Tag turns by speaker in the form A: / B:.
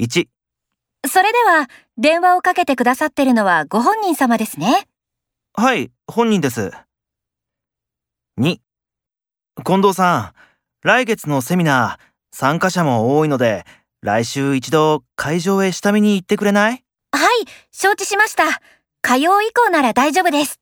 A: 1、
B: それでは、電話をかけてくださってるのはご本人様ですね。
A: はい、本人です。2、近藤さん、来月のセミナー、参加者も多いので、来週一度会場へ下見に行ってくれない
B: はい、承知しました。火曜以降なら大丈夫です。